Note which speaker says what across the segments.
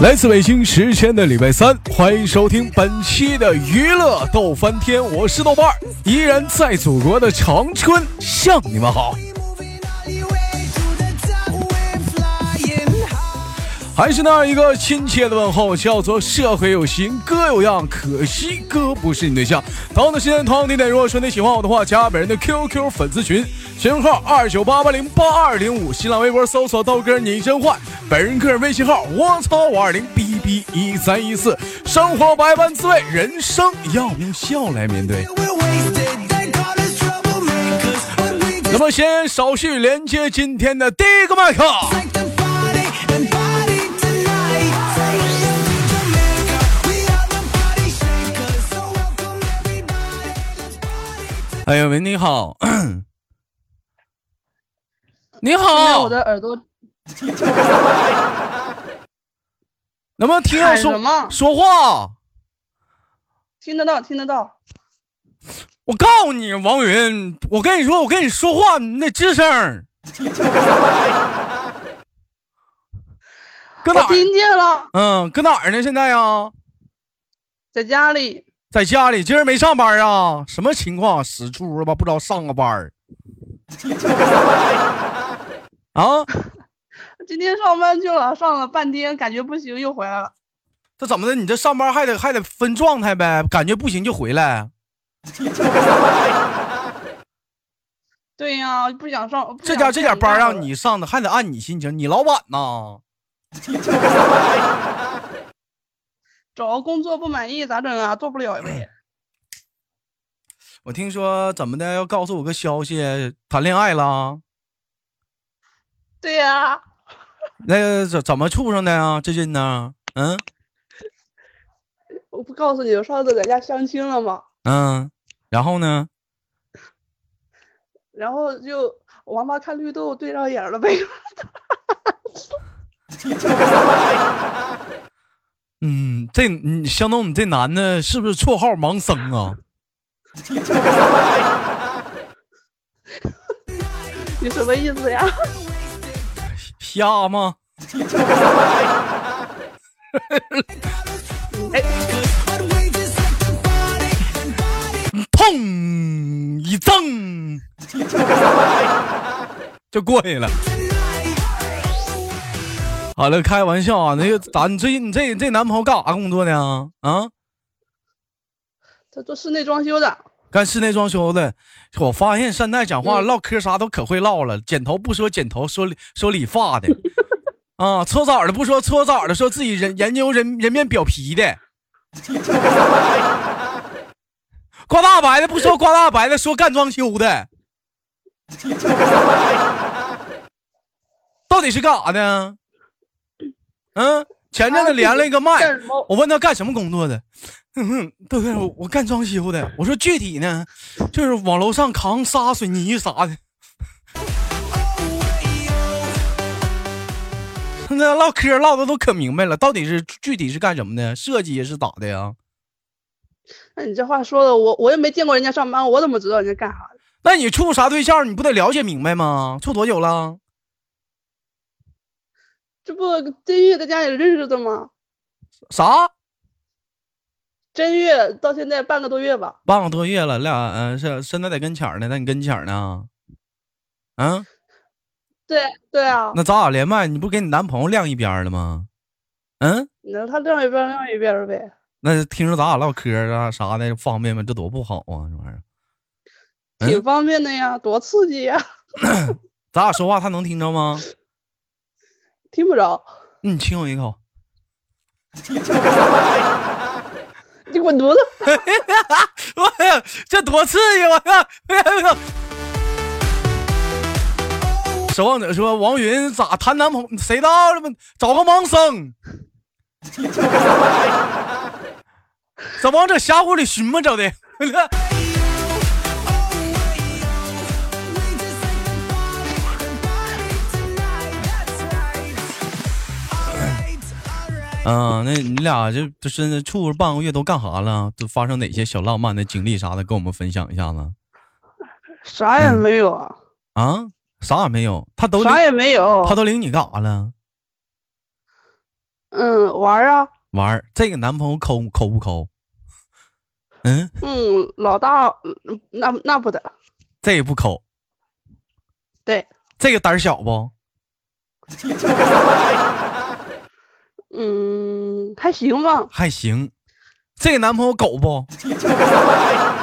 Speaker 1: 来自北京时间的礼拜三，欢迎收听本期的娱乐逗翻天，我是豆瓣儿，依然在祖国的长春向你们好。还是那样一个亲切的问候，叫做社会有型哥有样，可惜哥不是你对象。同样的时间，同样的地点，如果说你喜欢我的话，加本人的 QQ 粉丝群，群号二九八八零八二零五，新浪微博搜索豆哥你真坏，本人个人微信号我操五二零 b b 一三一四。生活百般滋味，人生要用笑来面对。那么先少叙，连接今天的第一个麦克。哎呀喂，你好，你
Speaker 2: 那
Speaker 1: 好
Speaker 2: 我，的耳朵
Speaker 1: 能不能听到
Speaker 2: 喊什
Speaker 1: 说
Speaker 2: 么？
Speaker 1: 说话？
Speaker 2: 听得到，听得到。
Speaker 1: 我告诉你，王云，我跟你说，我跟你说话，你得吱声 儿。搁
Speaker 2: 我
Speaker 1: 哪儿？
Speaker 2: 听见了，
Speaker 1: 嗯，搁哪儿呢？现在啊，
Speaker 2: 在家里
Speaker 1: 在家里。今儿没上班啊？什么情况？死猪了吧？不知道上个班儿。 啊？
Speaker 2: 今天上班去了，上了半天，感觉不行，又回来了。
Speaker 1: 这怎么的？你这上班还得还得分状态呗？感觉不行就回来。
Speaker 2: 对呀、不想上。不
Speaker 1: 这
Speaker 2: 想
Speaker 1: 家这点
Speaker 2: 上
Speaker 1: 班
Speaker 2: 班
Speaker 1: 让
Speaker 2: 了
Speaker 1: 你上的，还得按你心情。你老板呐？
Speaker 2: 找个工作不满意咋整啊？做不
Speaker 1: 嗯
Speaker 2: 了呗。
Speaker 1: 我听说怎么的要告诉我个消息，谈恋爱了？啊
Speaker 2: 对呀、
Speaker 1: 那怎怎么处上的啊？最近呢？嗯
Speaker 2: 我不告诉你，我上次在家相亲了嘛，
Speaker 1: 嗯，然后呢？
Speaker 2: 然后就王八看绿豆对上眼儿了呗。
Speaker 1: 嗯，这你相东，你这男的是不是绰号盲僧啊？
Speaker 2: 你什么意思呀？
Speaker 1: 瞎吗？
Speaker 2: 哎，
Speaker 1: 砰一蹬， 就过去了。好了，开玩笑啊，那个咋？你最近你这这男朋友干啥工作呢？啊，
Speaker 2: 他做室内装修的，
Speaker 1: 干室内装修的。我发现现在讲话
Speaker 2: 嗯
Speaker 1: 唠嗑啥都可会唠了，剪头不说剪头，说理说理发的， 啊，搓澡的不说搓澡的，说自己人研究人人面表皮的， 刮大白的不说刮大白的，说干装修的， 到底是干啥的？嗯，前阵子连了一个麦，
Speaker 2: 干什么？
Speaker 1: 我问他干什么工作的，嗯，豆哥，我我干装修的。我说具体呢，就是往楼上扛沙、水泥啥的。那唠嗑唠的都可明白了，到底是具体是干什么的？设计是咋的呀？
Speaker 2: 那哎你这话说的，我我也没见过人家上班，我怎么知道人家干啥的？
Speaker 1: 那你处啥对象，你不得了解明白吗？处多久了？
Speaker 2: 这不真月在家里认识的吗？
Speaker 1: 啥？
Speaker 2: 正月到现在半个多月吧，
Speaker 1: 半个多月了，俩嗯、是现在在跟前儿呢，在你跟前儿呢。嗯，
Speaker 2: 对
Speaker 1: 哦
Speaker 2: 对啊，
Speaker 1: 那咱俩连麦，你不给你男朋友晾一边儿了吗？嗯。
Speaker 2: 那他晾一边儿晾一边儿呗。
Speaker 1: 那听着咱俩唠嗑儿啊啥的方便吗？这多不好啊！这玩意儿，嗯
Speaker 2: 挺方便的呀，多刺激呀！
Speaker 1: 咱俩说话他能听着吗？
Speaker 2: 听不着，
Speaker 1: 你、亲我一口，
Speaker 2: 你滚犊子！
Speaker 1: 我呀，这多刺激！我呀，哎呀哎呀守望者说：“王云咋谈男朋友？谁知道了吗？找个盲僧， 怎么往这峡谷里寻摸着的？ 嗯，那你俩这这是处半个月都干啥了？都发生哪些小浪漫的经历啥的，跟我们分享一下子嗯
Speaker 2: 啥也没有啊，
Speaker 1: 啊？啥也没有，他都领
Speaker 2: 啥也没有
Speaker 1: 他。都领你干啥了？
Speaker 2: 嗯，玩儿啊，
Speaker 1: 玩儿。这个男朋友抠抠不抠？嗯，
Speaker 2: 嗯，老大，嗯那那不得，
Speaker 1: 这也不抠。
Speaker 2: 对，
Speaker 1: 这个胆儿小不？
Speaker 2: 嗯，还行吧，
Speaker 1: 还行。这个男朋友狗不？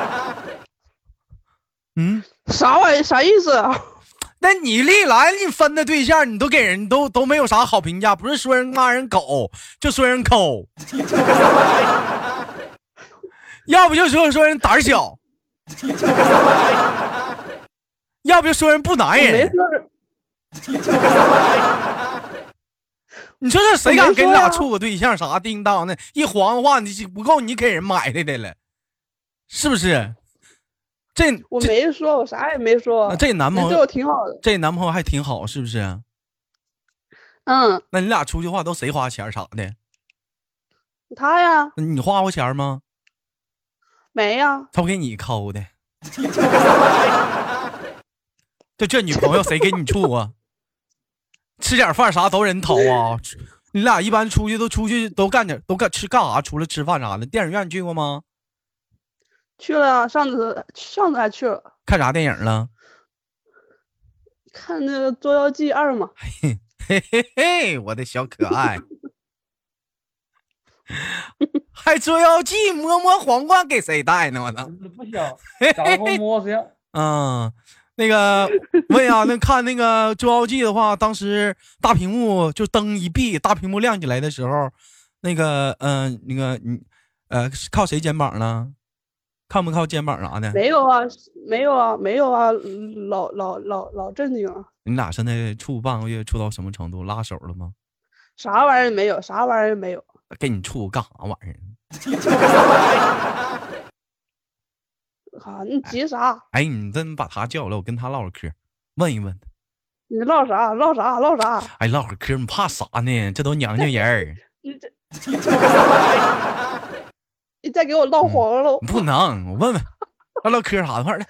Speaker 1: 嗯，
Speaker 2: 啥玩意啥意思啊？
Speaker 1: 那你历来你分的对象，你都给人都都没有啥好评价，不是说人骂人狗，就说人抠， 要不就说说人胆儿小， 要不就说人不男
Speaker 2: 没
Speaker 1: 人。
Speaker 2: 说是，
Speaker 1: 你说这谁
Speaker 2: 我
Speaker 1: 敢
Speaker 2: 没
Speaker 1: 给你
Speaker 2: 说
Speaker 1: 俩
Speaker 2: 呀
Speaker 1: 处个对象啥叮当的？一黄话你不够你给人买来的了，是不是？这
Speaker 2: 我
Speaker 1: 这
Speaker 2: 没说，我啥也没说
Speaker 1: 啊，这男
Speaker 2: 人
Speaker 1: 朋
Speaker 2: 对我
Speaker 1: 友
Speaker 2: 挺好的，
Speaker 1: 这男朋友还挺好，是不是？
Speaker 2: 嗯，
Speaker 1: 那你俩出去的话都谁花钱儿啥的？
Speaker 2: 他呀
Speaker 1: 那你花过钱儿吗？
Speaker 2: 没呀，
Speaker 1: 他不给你抠的。 就这女朋友谁给你处啊？吃点饭啥都人掏啊？你俩一般出去都出去都干点都干吃干啥？除了吃饭啥的，电影院去过吗？
Speaker 2: 去了呀，上次上次还去了，
Speaker 1: 看啥电影了？
Speaker 2: 看那个《捉妖记二》嘛，
Speaker 1: 嘿嘿嘿，我的小可爱， 还捉妖记摸摸皇冠给谁戴呢？我操！
Speaker 3: 不小，然后 摸谁？
Speaker 1: 嗯，那个问啊，那看那个《捉妖记》的话，当时大屏幕就灯一闭，大屏幕亮起来的时候，那个嗯、呃那个你呃，是靠谁肩膀呢？靠没靠肩膀啥的？
Speaker 2: 没有啊，没有啊，没有啊，嗯老老老老正经啊，
Speaker 1: 你俩现在处半个月，处到什么程度？拉手了吗？
Speaker 2: 啥玩意儿也没有，啥玩意儿也没有，
Speaker 1: 给你处干啥玩意儿？
Speaker 2: 啊，你急啥？
Speaker 1: 哎，你真把他叫来，我跟他唠会儿嗑，问一问。
Speaker 2: 你唠啥？唠啥？唠啥？
Speaker 1: 哎，唠会儿嗑，你怕啥呢？这都娘家人儿，
Speaker 2: 你这，你再给我唠黄了，
Speaker 1: 不能。我问问，唠唠嗑啥的，快点。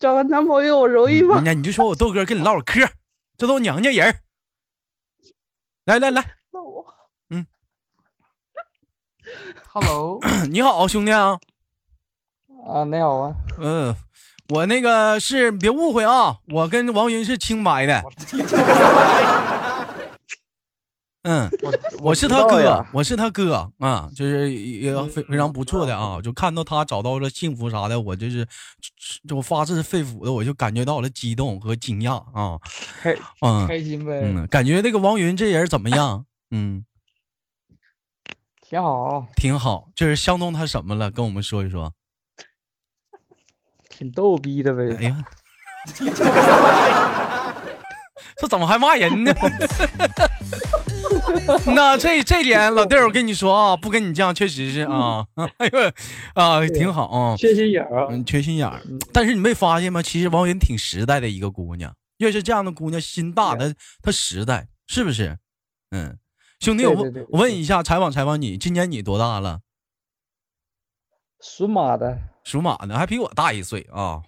Speaker 2: 找个男朋友我
Speaker 3: 哎
Speaker 2: 容易吗
Speaker 1: 嗯？那你就说我豆哥跟你唠会儿嗑，这都娘家人儿。来来来，
Speaker 2: 那我
Speaker 3: Hello，
Speaker 1: 你好，兄弟啊，
Speaker 3: 啊，你好啊，
Speaker 1: 嗯、我那个是别误会啊，我跟王云是清白的。 嗯，
Speaker 3: 我
Speaker 1: 我是他
Speaker 3: 知道
Speaker 1: 哥
Speaker 3: 呀，
Speaker 1: 我是他哥啊，就是也也非非常不错的啊，就看到他找到了幸福啥的，我就是就发自肺腑的，我就感觉到了激动和惊讶啊，
Speaker 3: 开
Speaker 1: 嗯
Speaker 3: 开心呗，
Speaker 1: 嗯，感觉那个王云这人怎么样？嗯。
Speaker 3: 挺好，
Speaker 1: 挺好，就是相中他什么了？跟我们说一说。
Speaker 3: 挺逗逼的
Speaker 1: 哎
Speaker 3: 呗。
Speaker 1: 呀， 这怎么还骂人呢？ 那这这点老弟儿，我跟你说啊，不跟你犟，确实是啊，
Speaker 3: 嗯
Speaker 1: 哎呦，啊，挺好啊，
Speaker 3: 缺心眼儿啊，
Speaker 1: 嗯，缺心眼儿。但是你没发现吗？其实王云挺实在的一个姑娘，越是这样的姑娘，心大，她她实在，是不是？嗯，兄弟，我
Speaker 3: 对
Speaker 1: 问
Speaker 3: 对对
Speaker 1: 我问一下，采访采访你，今年你多大了？
Speaker 3: 属马的，
Speaker 1: 属马的，还比我大一岁啊。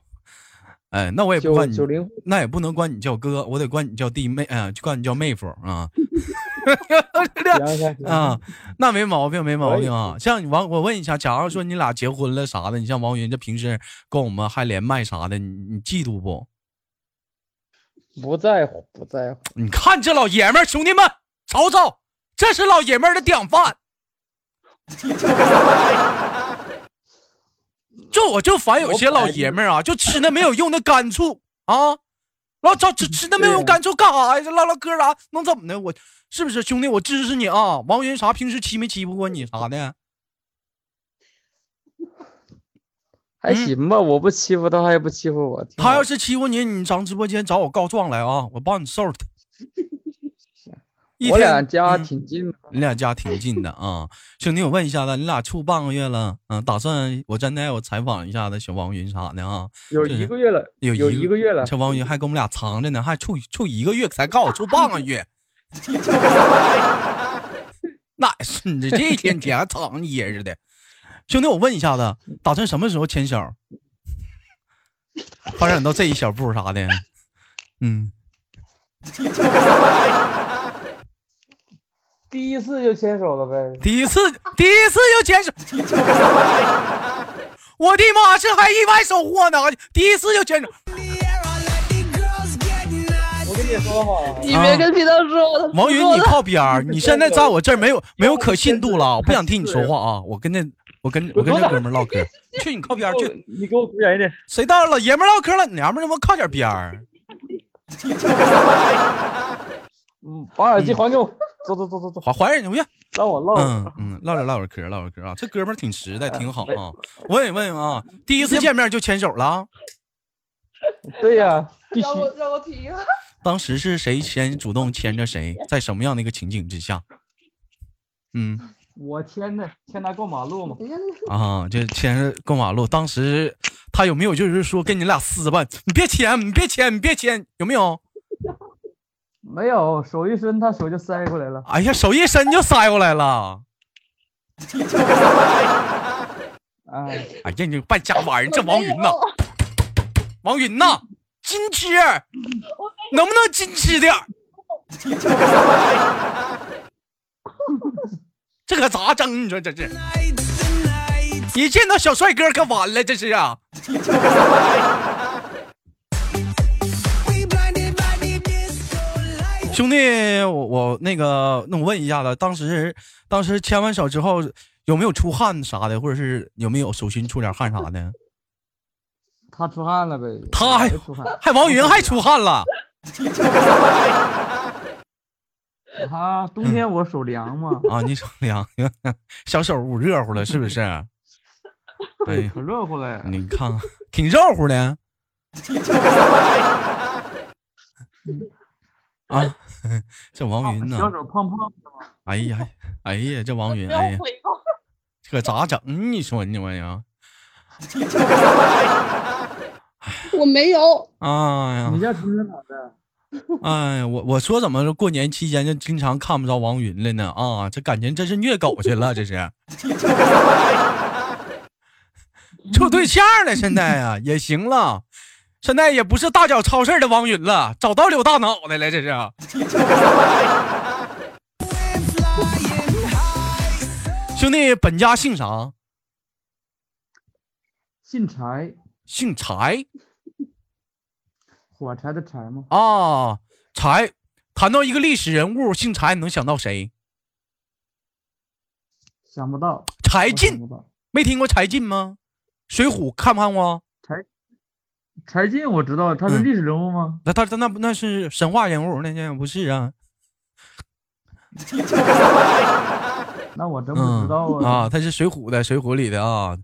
Speaker 1: 哎，那我也不
Speaker 3: 九
Speaker 1: 管你
Speaker 3: 九，零后，
Speaker 1: 那也不能管你叫哥，我得管你叫弟妹，啊、就管你叫妹夫啊。
Speaker 3: 行行行，
Speaker 1: 啊，那没毛病，没毛病啊。像你王，我问一下，假如说你俩结婚了啥的，你像王云这平时跟我们还连麦啥的，你你嫉妒不？
Speaker 3: 不在乎不在乎，
Speaker 1: 你看这老爷们儿，兄弟们，瞅瞅，这是老爷们儿的典 范。就我就烦有些老爷们儿啊，就吃那没有用的干醋啊，老找吃吃那没有用干醋干啥呀？唠唠嗑啥能怎么的？我是不是兄弟？我支持你啊！王云啥平时欺没欺负过你啥
Speaker 3: 嗯
Speaker 1: 的？
Speaker 3: 还行吧，我不欺负他，他也不欺负我。挺
Speaker 1: 嗯他
Speaker 3: 好
Speaker 1: 要是欺负你，你上直播间找我告状来啊！我帮你收拾他。一
Speaker 3: 我
Speaker 1: 天
Speaker 3: 俩家
Speaker 1: 嗯
Speaker 3: 挺近的，
Speaker 1: 你俩家挺近的啊，兄弟，我问一下子，你俩处半个月了，嗯、打算我站在我采访一下子小王云啥的啊，
Speaker 3: 有
Speaker 1: 就是
Speaker 3: 一个月了，
Speaker 1: 有
Speaker 3: 有
Speaker 1: 一
Speaker 3: 一个月了，
Speaker 1: 这王云还跟我们俩藏着呢，还处处一个月才告诉我处半个月， 那是你这一天天还藏着掖着的，兄弟，我问一下子，打算什么时候牵手？发展到这一小步啥的，嗯，
Speaker 3: 第一次就牵手了呗？
Speaker 1: 第一次，第一次就牵手， 我的妈，这还意外收获呢！第一次就牵手，
Speaker 3: 我跟你说哈，
Speaker 1: 哎
Speaker 2: 你别跟皮特说，他
Speaker 1: 王云，
Speaker 2: 说
Speaker 1: 你
Speaker 2: 了
Speaker 1: 靠边儿！你现在在我这儿没有没有可信度了，我不想听你说话啊！我跟那我跟我跟那哥们儿唠嗑，去你靠边儿去！
Speaker 3: 你给我鼓掌一点。
Speaker 1: 谁到了老爷们儿唠嗑了，娘们儿他妈靠点边儿！
Speaker 3: 嗯，把耳机还给我。走走走走走，
Speaker 1: 还还人家回去。
Speaker 3: 让我唠。
Speaker 1: 嗯嗯，唠点唠点嗑，唠点嗑啊！这哥们儿挺实在，挺好啊。问一问啊，第一次见面就牵手了？
Speaker 3: 对呀、必须
Speaker 2: 让我让我啊体验。
Speaker 1: 当时是谁先主动牵着谁，在什么样的一个情景之下？嗯
Speaker 3: 我牵的，牵他过马路嘛。
Speaker 2: 你看，
Speaker 1: 啊，就牵着过马路。当时他有没有就是说跟你俩撕吧？你别牵，你别牵，你别牵，有没有？
Speaker 3: 没有，手一伸，他手就塞过来了。
Speaker 1: 哎呀，手一伸就塞过来了。
Speaker 3: 哎，
Speaker 1: 哎呀，你这败家玩意儿，这王云呐，王云呐，矜持，能不能矜持点儿？ 这可咋整？你说这是，一见到小帅哥可完了，这是啊！兄弟，我我那个，那我问一下子，当时当时牵完手之后有没有出汗啥的，或者是有没有手心出点汗啥的？
Speaker 3: 他出汗了呗。
Speaker 1: 他还
Speaker 3: 我出汗。
Speaker 1: 还王云还出汗了，
Speaker 3: 他
Speaker 1: 嗯
Speaker 3: 冬天我手 凉嘛，
Speaker 1: 啊！你瞅凉，小手捂热乎了是不是？ 哎呀，
Speaker 3: 可热乎了呀。
Speaker 1: 你看看，挺热乎的。啊，这王云呢
Speaker 3: 啊小？手胖胖的嘛。
Speaker 1: 哎呀，哎呀，这王云，
Speaker 2: 不要
Speaker 1: 哎呀，
Speaker 2: 回报。
Speaker 1: 这可咋整？你说你玩意儿
Speaker 2: 我没有，
Speaker 1: 啊？哎呀
Speaker 3: 你，这出生咋的？
Speaker 1: 哎，我我说怎么过年期间就经常看不着王云了呢？啊，这感情真是虐狗去了，这是处对象了，现在啊也行了，现在也不是大脚超市的王云了，找到柳大脑袋了，这是。啊兄弟，本家姓啥？
Speaker 3: 姓柴，
Speaker 1: 姓柴
Speaker 3: 火柴的柴吗？
Speaker 1: 啊，柴。谈到一个历史人物，姓柴，你能想到谁？
Speaker 3: 想不到。
Speaker 1: 柴
Speaker 3: 我
Speaker 1: 哎进
Speaker 3: 想。不到。
Speaker 1: 没听过柴进吗？《水浒》看不看过？
Speaker 3: 柴进我知道，他是
Speaker 1: 嗯
Speaker 3: 历史人物吗？
Speaker 1: 那他他那不那是神话人物，那那不是啊？
Speaker 3: 那我真不
Speaker 1: 嗯
Speaker 3: 知道
Speaker 1: 啊，他是《水浒》的，《水浒》里的啊。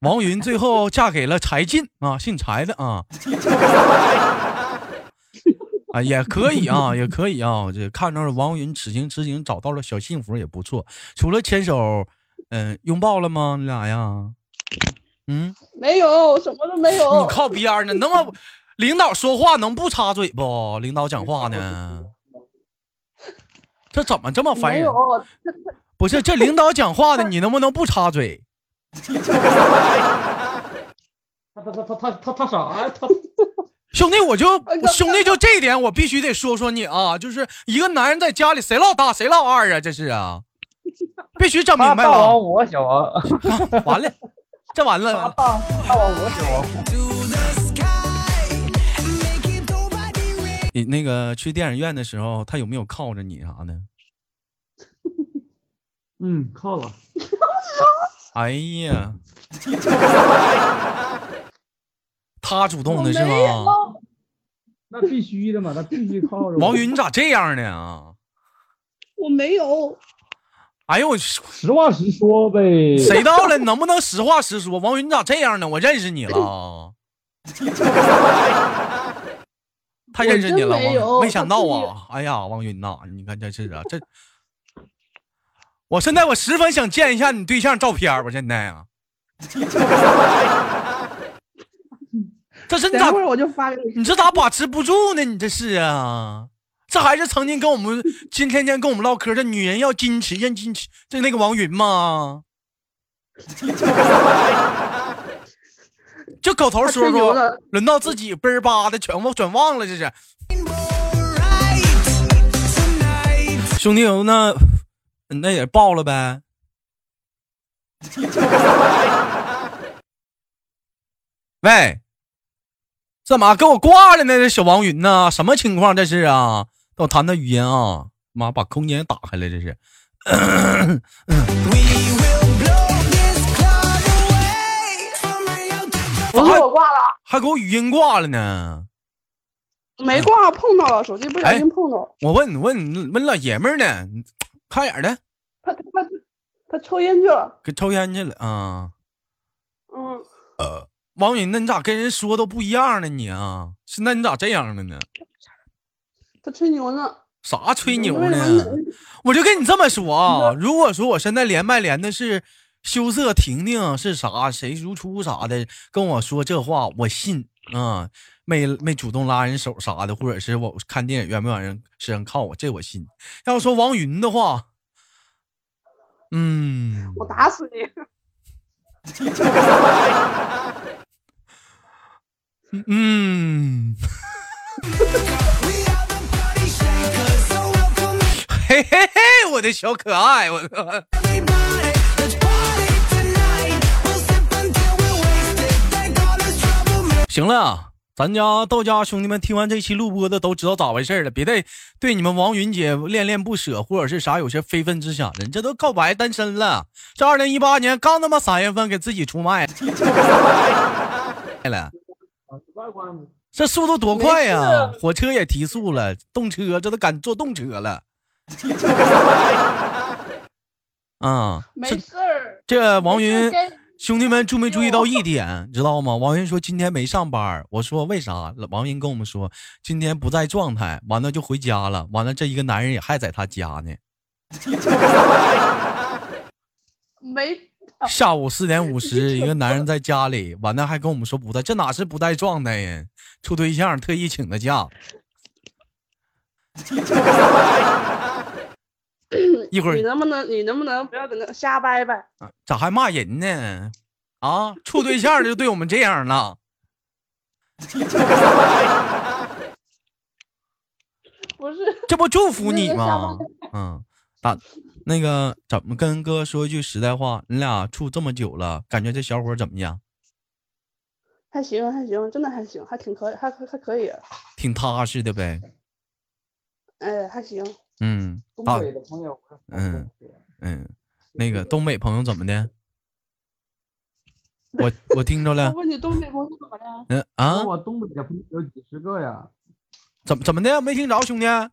Speaker 1: 王云最后嫁给了柴进啊，姓柴的啊。 啊，也可以啊，也可以啊。这看着王云此情此景找到了小幸福也不错。除了牵手，嗯、拥抱了吗？你俩呀？嗯，
Speaker 2: 没有，什么都没有
Speaker 1: 你。靠边儿呢？能不？领导说话能不插嘴不？领导讲话呢？这怎么这么烦
Speaker 2: 没
Speaker 1: 人
Speaker 2: 有？，
Speaker 1: 不是，这领导讲 话呢，你能不能不插嘴？
Speaker 3: 他他他他他他 啥呀？他
Speaker 1: 兄弟，我就
Speaker 2: 哎呀
Speaker 1: 兄弟就这一点，我必须得说说你啊！就是一个男人在家里，谁唠大谁唠二啊？这是 啊，必须整明白
Speaker 3: 大王
Speaker 1: 了。
Speaker 3: 我小 王，
Speaker 1: 完了，这完 了，
Speaker 3: 大大王我小王。
Speaker 1: 你那个去电影院的时候，他有没有靠着你啥的？
Speaker 3: 嗯，靠了。
Speaker 1: 哎 呀，他主动的是
Speaker 2: 我没有
Speaker 1: 吗？
Speaker 3: 那必须的嘛，他必须靠着我
Speaker 1: 王云，你咋这样呢啊？
Speaker 2: 我没有，
Speaker 1: 哎呦我去，
Speaker 3: 实话实说呗。
Speaker 1: 谁到 了？你能不能实话实说？王云，你咋这样呢？我认识你了啊。他认识你了，
Speaker 2: 我真没有
Speaker 1: 王没想到
Speaker 2: 他
Speaker 1: 啊！哎呀，王云呐、你看这是啊，这我现在我十分想见一下你对象照片儿，我现在啊， 这是你
Speaker 2: 等
Speaker 1: 咋
Speaker 2: 会儿我就发给你。
Speaker 1: 你这咋把持不住呢？你这是啊，这还是曾经跟我们今天天跟我们唠嗑的女人要矜持，要矜持，这那个王云吗？ 这口头
Speaker 2: 他吹
Speaker 1: 说
Speaker 2: 牛
Speaker 1: 说，
Speaker 2: 的，
Speaker 1: 轮到自己嘣儿吧的全忘全忘了，这是。兄弟，那那也报了呗。喂，干嘛跟我挂了呢？这小王云呐，什么情况这是啊？跟我谈谈语音啊！妈，把空间打开了，这是。
Speaker 2: 不是我挂了，啊
Speaker 1: 还给我语音挂了呢。
Speaker 2: 没挂，碰到了手机
Speaker 1: 哎
Speaker 2: 不小心碰到了。
Speaker 1: 我问你问你问老爷们儿呢，你看眼儿的，
Speaker 2: 他他他他抽烟去了。
Speaker 1: 给抽烟去了啊。
Speaker 2: 嗯，
Speaker 1: 呃王云，那你咋跟人说都不一样呢？你啊，是那你咋这样了呢？
Speaker 2: 他吹牛呢。
Speaker 1: 啥吹牛
Speaker 2: 为
Speaker 1: 呢
Speaker 2: 什？么你
Speaker 1: 我就跟你这么说啊，如果说我现在连麦连的是羞涩、婷婷是啥，谁如初啥的，跟我说这话，我信啊、没没主动拉人手啥的，或者是我看电影愿不愿意往人身上靠我，这我信。要说王云的话，嗯，
Speaker 2: 我打死 你！
Speaker 1: 嗯，嘿嘿嘿，我的小可爱，我的。行了啊，咱家到家兄弟们听完这期录播的都知道咋回事了，别再对你们王云姐恋恋不舍，或者是啥有些非分之想了。你这都告白单身了，这二零一八年刚他妈三月份给自己出卖了， 这速度多快呀、
Speaker 2: 啊
Speaker 1: 火车也提速了，动车这都敢坐动车了。 啊、
Speaker 2: 没
Speaker 1: 这
Speaker 2: 事儿。
Speaker 1: 这王云
Speaker 2: 没事啊儿该
Speaker 1: 兄弟们注没注意到一点， 知道吗？王云说今天没上班儿，我说为啥？王云跟我们说今天不在状态，完了就回家了，完了这一个男人也还在他家呢。
Speaker 2: 没啊
Speaker 1: 下午四点五十，一个男人在家里，完了还跟我们说不在，这哪是不在状态呀？处对象特意请的假。一会儿
Speaker 2: 你能不能你能不能不要搁那瞎掰掰？
Speaker 1: 啊咋还骂人呢？啊，处对象就对我们这样了。
Speaker 2: 不是，
Speaker 1: 这不祝福你
Speaker 2: 那个下
Speaker 1: 吗？嗯，打那个怎么跟哥说一句实在话？你俩处这么久了，感觉这小伙怎么样？
Speaker 2: 还行还行，真的还行，还挺可以，还还还可以。啊
Speaker 1: 挺踏实的呗。
Speaker 2: 哎，还行。
Speaker 1: 嗯，
Speaker 3: 东
Speaker 1: 打
Speaker 3: 北的朋友，
Speaker 1: 嗯嗯，那个东北朋友怎么的？我我听着
Speaker 2: 我
Speaker 1: 了。
Speaker 2: 问你东北朋友怎么了？
Speaker 1: 嗯啊
Speaker 3: 跟，我东北的朋友有几十个呀。
Speaker 1: 怎么怎么的？没听着，兄弟，嗯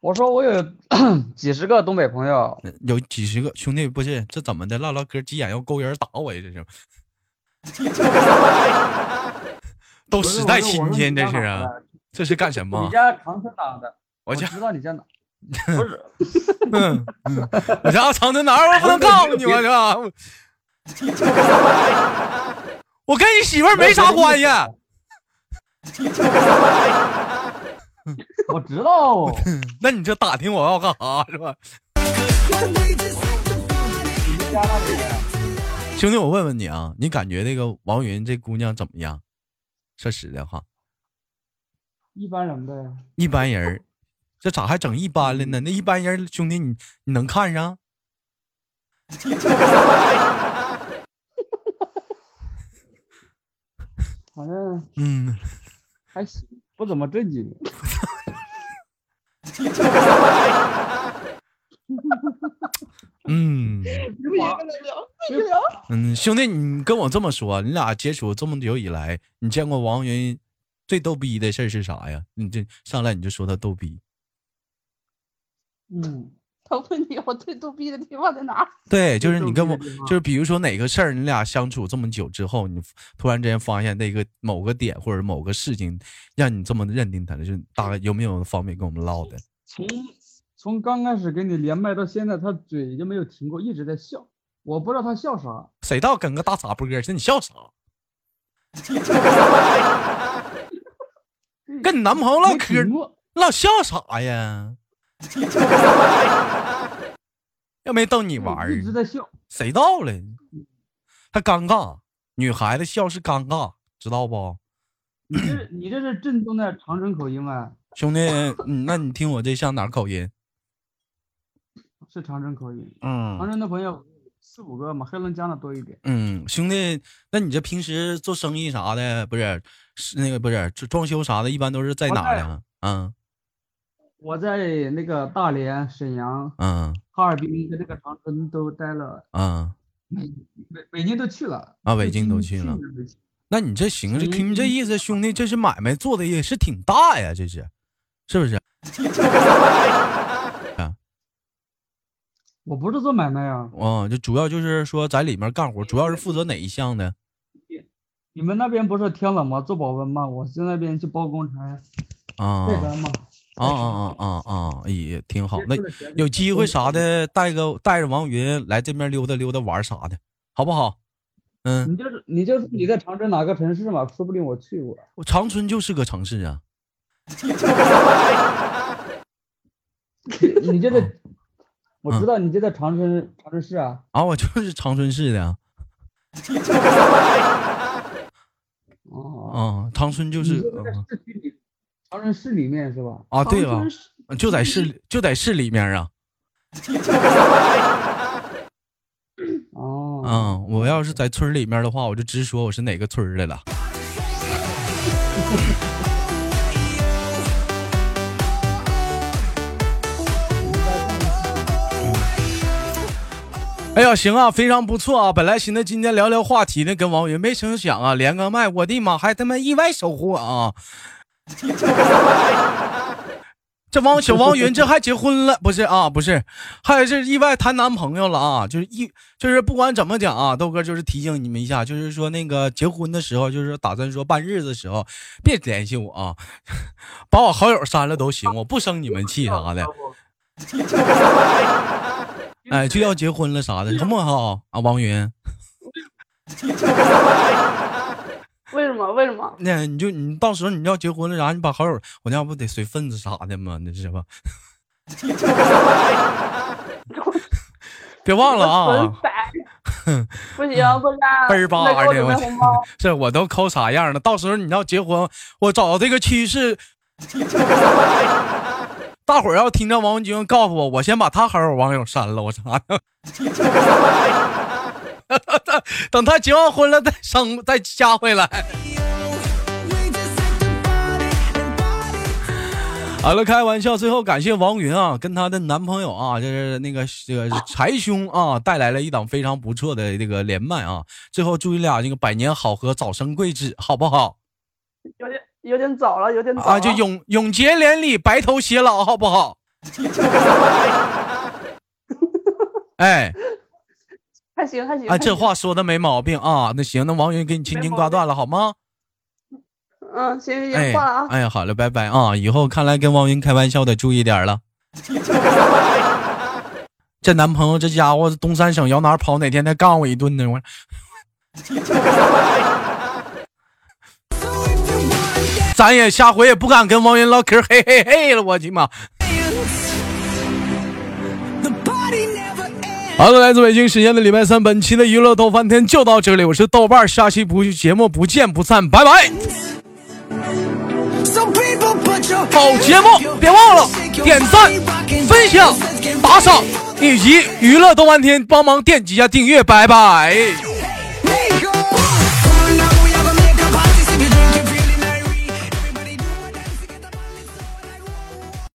Speaker 3: 我说我有 几十个东北朋友，
Speaker 1: 嗯有几十个兄弟不是这怎么的？唠唠嗑，急眼要勾人打我呀？这是， 都
Speaker 3: 不是
Speaker 1: 时代
Speaker 3: 我说我
Speaker 1: 新
Speaker 3: 说
Speaker 1: 鲜，
Speaker 3: 你
Speaker 1: 这
Speaker 3: 家
Speaker 1: 是
Speaker 3: 哪
Speaker 1: 啊
Speaker 3: 的？
Speaker 1: 这是干什么
Speaker 3: 你？家长春哪的？
Speaker 1: 我家
Speaker 3: 知道你 家哪。不是，
Speaker 1: 嗯，嗯我家长春哪儿？我不能告诉你，我啊操！我跟你媳妇儿没啥关系，
Speaker 3: 我知道。哦
Speaker 1: 那你这打听我要干啥是吧？兄弟，我问问你啊，你感觉这个王云这姑娘怎么样？说实在话，
Speaker 3: 一般人呗，
Speaker 1: 一般人儿，这咋还整一般了呢？那一般人儿，兄弟你你能看上？
Speaker 3: 反正
Speaker 1: 嗯，
Speaker 3: 还行，不怎么正经。
Speaker 1: 嗯
Speaker 2: 你们也跟他聊，跟你聊。
Speaker 1: 嗯，兄弟，你跟我这么说，啊你俩接触这么久以来，你见过王云最逗逼的事儿是啥呀？你这上来你就说他逗逼，
Speaker 3: 嗯，
Speaker 2: 他问你我最逗逼的地方在哪儿？
Speaker 1: 对，就是
Speaker 3: 最
Speaker 1: 你
Speaker 3: 逗
Speaker 1: 跟
Speaker 3: 逼
Speaker 1: 我，
Speaker 3: 的地方
Speaker 1: 就是比如说哪个事儿，你俩相处这么久之后，你突然之间发现那个某个点或者某个事情，让你这么认定他了，就是大概有没有方便跟我们唠的？
Speaker 3: 从从刚开始跟你连麦到现在，他嘴就没有停过，一直在笑。我不知道他笑啥，
Speaker 1: 谁到跟个大傻波似的，你笑 啥？跟你男朋友唠
Speaker 3: 没
Speaker 1: 嗑儿
Speaker 3: 屏，幕
Speaker 1: 老笑啥呀？ 又没逗你玩儿
Speaker 3: 一，直在笑。
Speaker 1: 谁到了？还尴尬，女孩子笑是尴尬，知道不？
Speaker 3: 你这是你这是正宗的 长春口音啊！
Speaker 1: 兄弟，嗯那你听我这像哪儿口音？
Speaker 3: 是长春口音，
Speaker 1: 嗯
Speaker 3: 长春的朋友四五个嘛，黑龙江的多一点。
Speaker 1: 嗯，兄弟，那你这平时做生意啥的，不是是那个不是就装修啥的，一般都是在
Speaker 3: 我
Speaker 1: 哪儿
Speaker 3: 在
Speaker 1: 呀？嗯
Speaker 3: 我在那个大连、沈阳、
Speaker 1: 嗯
Speaker 3: 哈尔滨跟那个长春都待了，
Speaker 1: 嗯，
Speaker 3: 北北京都去了
Speaker 1: 啊北京都去了。
Speaker 3: 就今年没去
Speaker 1: 那你这行，这
Speaker 3: 嗯
Speaker 1: 你这意思，兄弟，这是买卖做的也是挺大呀，这是是不是？
Speaker 3: 我不是做买卖啊，
Speaker 1: 哦，就主要就是说在里面干活，主要是负责哪一项的？
Speaker 3: 你们那边不是天冷吗？做保温吗？我去那边去包工程、
Speaker 1: 啊
Speaker 3: 配单嘛。
Speaker 1: 啊啊啊啊！也挺好。那
Speaker 3: 接触了学历
Speaker 1: 有机会啥的，带个带着王云来这边溜达溜达玩啥的，好不好？嗯，
Speaker 3: 你就是你就是你在长春哪个城市嘛？说不定我去 过。
Speaker 1: 我长春就是个城市啊。
Speaker 3: 你就在，我
Speaker 1: 嗯
Speaker 3: 知道你就在长春长春市啊。
Speaker 1: 啊，我就是长春市的啊，啊
Speaker 3: 哦，
Speaker 1: 长春就
Speaker 3: 你
Speaker 1: 是
Speaker 3: 就是在
Speaker 1: 嗯
Speaker 3: 市区里，长春市里面是吧？
Speaker 1: 啊，对
Speaker 2: 长
Speaker 1: 啊
Speaker 2: 春，市
Speaker 1: 就在市里就在市里面啊，
Speaker 3: 哦，
Speaker 1: 嗯，我要是在村里面的话，我就直说我是哪个村儿的了。 哎呀，行啊，非常不错啊！本来寻思今天聊聊话题呢，跟王云，没成想啊，连个麦，我的妈，还他妈意外收获啊！ 这王小王云这还结婚了，不是啊，不是，还是意外谈男朋友了啊！就是一就是不管怎么讲啊，豆哥就是提醒你们一下，就是说那个结婚的时候，就是打算说办日子的时候，别联系我啊， 把我好友删了都行，我不生你们气啥
Speaker 3: 哦
Speaker 1: 的。哎，就要结婚了啥的，好不好啊？王云，
Speaker 2: 为什么？为什么？
Speaker 1: 那你就你到时候你要结婚了啥，你把好友，我那不得随份子啥的吗？那是吧？ 别忘了
Speaker 2: 纯
Speaker 1: 啊，嗯
Speaker 2: 白， 不行，不干，
Speaker 1: 倍儿巴
Speaker 2: 那给我
Speaker 1: 的
Speaker 2: 准备
Speaker 1: 我
Speaker 2: 红包。
Speaker 1: 这我都抠啥样了？到时候你要结婚，我找这个趋势。 大伙儿要听着王军告诉我，我先把他好友网友删了，我啥的。 等他结完婚了再生再加回来。好了，开玩笑。最后感谢王云啊，跟她的男朋友啊，就是那个这个柴兄啊，带来了一档非常不错的这个连麦啊。最后祝你俩这个百年好合，早生贵子，好不好？
Speaker 2: 有点有点早了，有点早了。
Speaker 1: 啊，就永永结连理，白头偕老，好不 好？哎，
Speaker 2: 还行还行。
Speaker 1: 啊，
Speaker 2: 还
Speaker 1: 这
Speaker 2: 行
Speaker 1: 话说的没毛病啊。那行，那王云给你轻轻挂断了，好吗？
Speaker 2: 嗯，行行
Speaker 1: 哎
Speaker 2: 行，挂了啊，。
Speaker 1: 哎呀，好了，拜拜啊！以后看来跟王云开玩笑得注意点儿了。 这男朋友这家伙东三省摇哪儿跑，哪天再干我一顿呢？我 咱也下回也不敢跟王云唠嗑儿，嘿嘿嘿了，我去妈！好了，来自北京时间的礼拜三，本期的娱乐逗翻天就到这里，我是豆瓣儿，下期不节目不见不散，拜拜。
Speaker 4: 好节目，别忘了点赞、分
Speaker 1: 分享
Speaker 4: 享、、
Speaker 1: 打
Speaker 4: 打
Speaker 1: 赏
Speaker 4: 赏。
Speaker 1: 以及娱乐动漫天帮忙点击一下订阅，拜拜。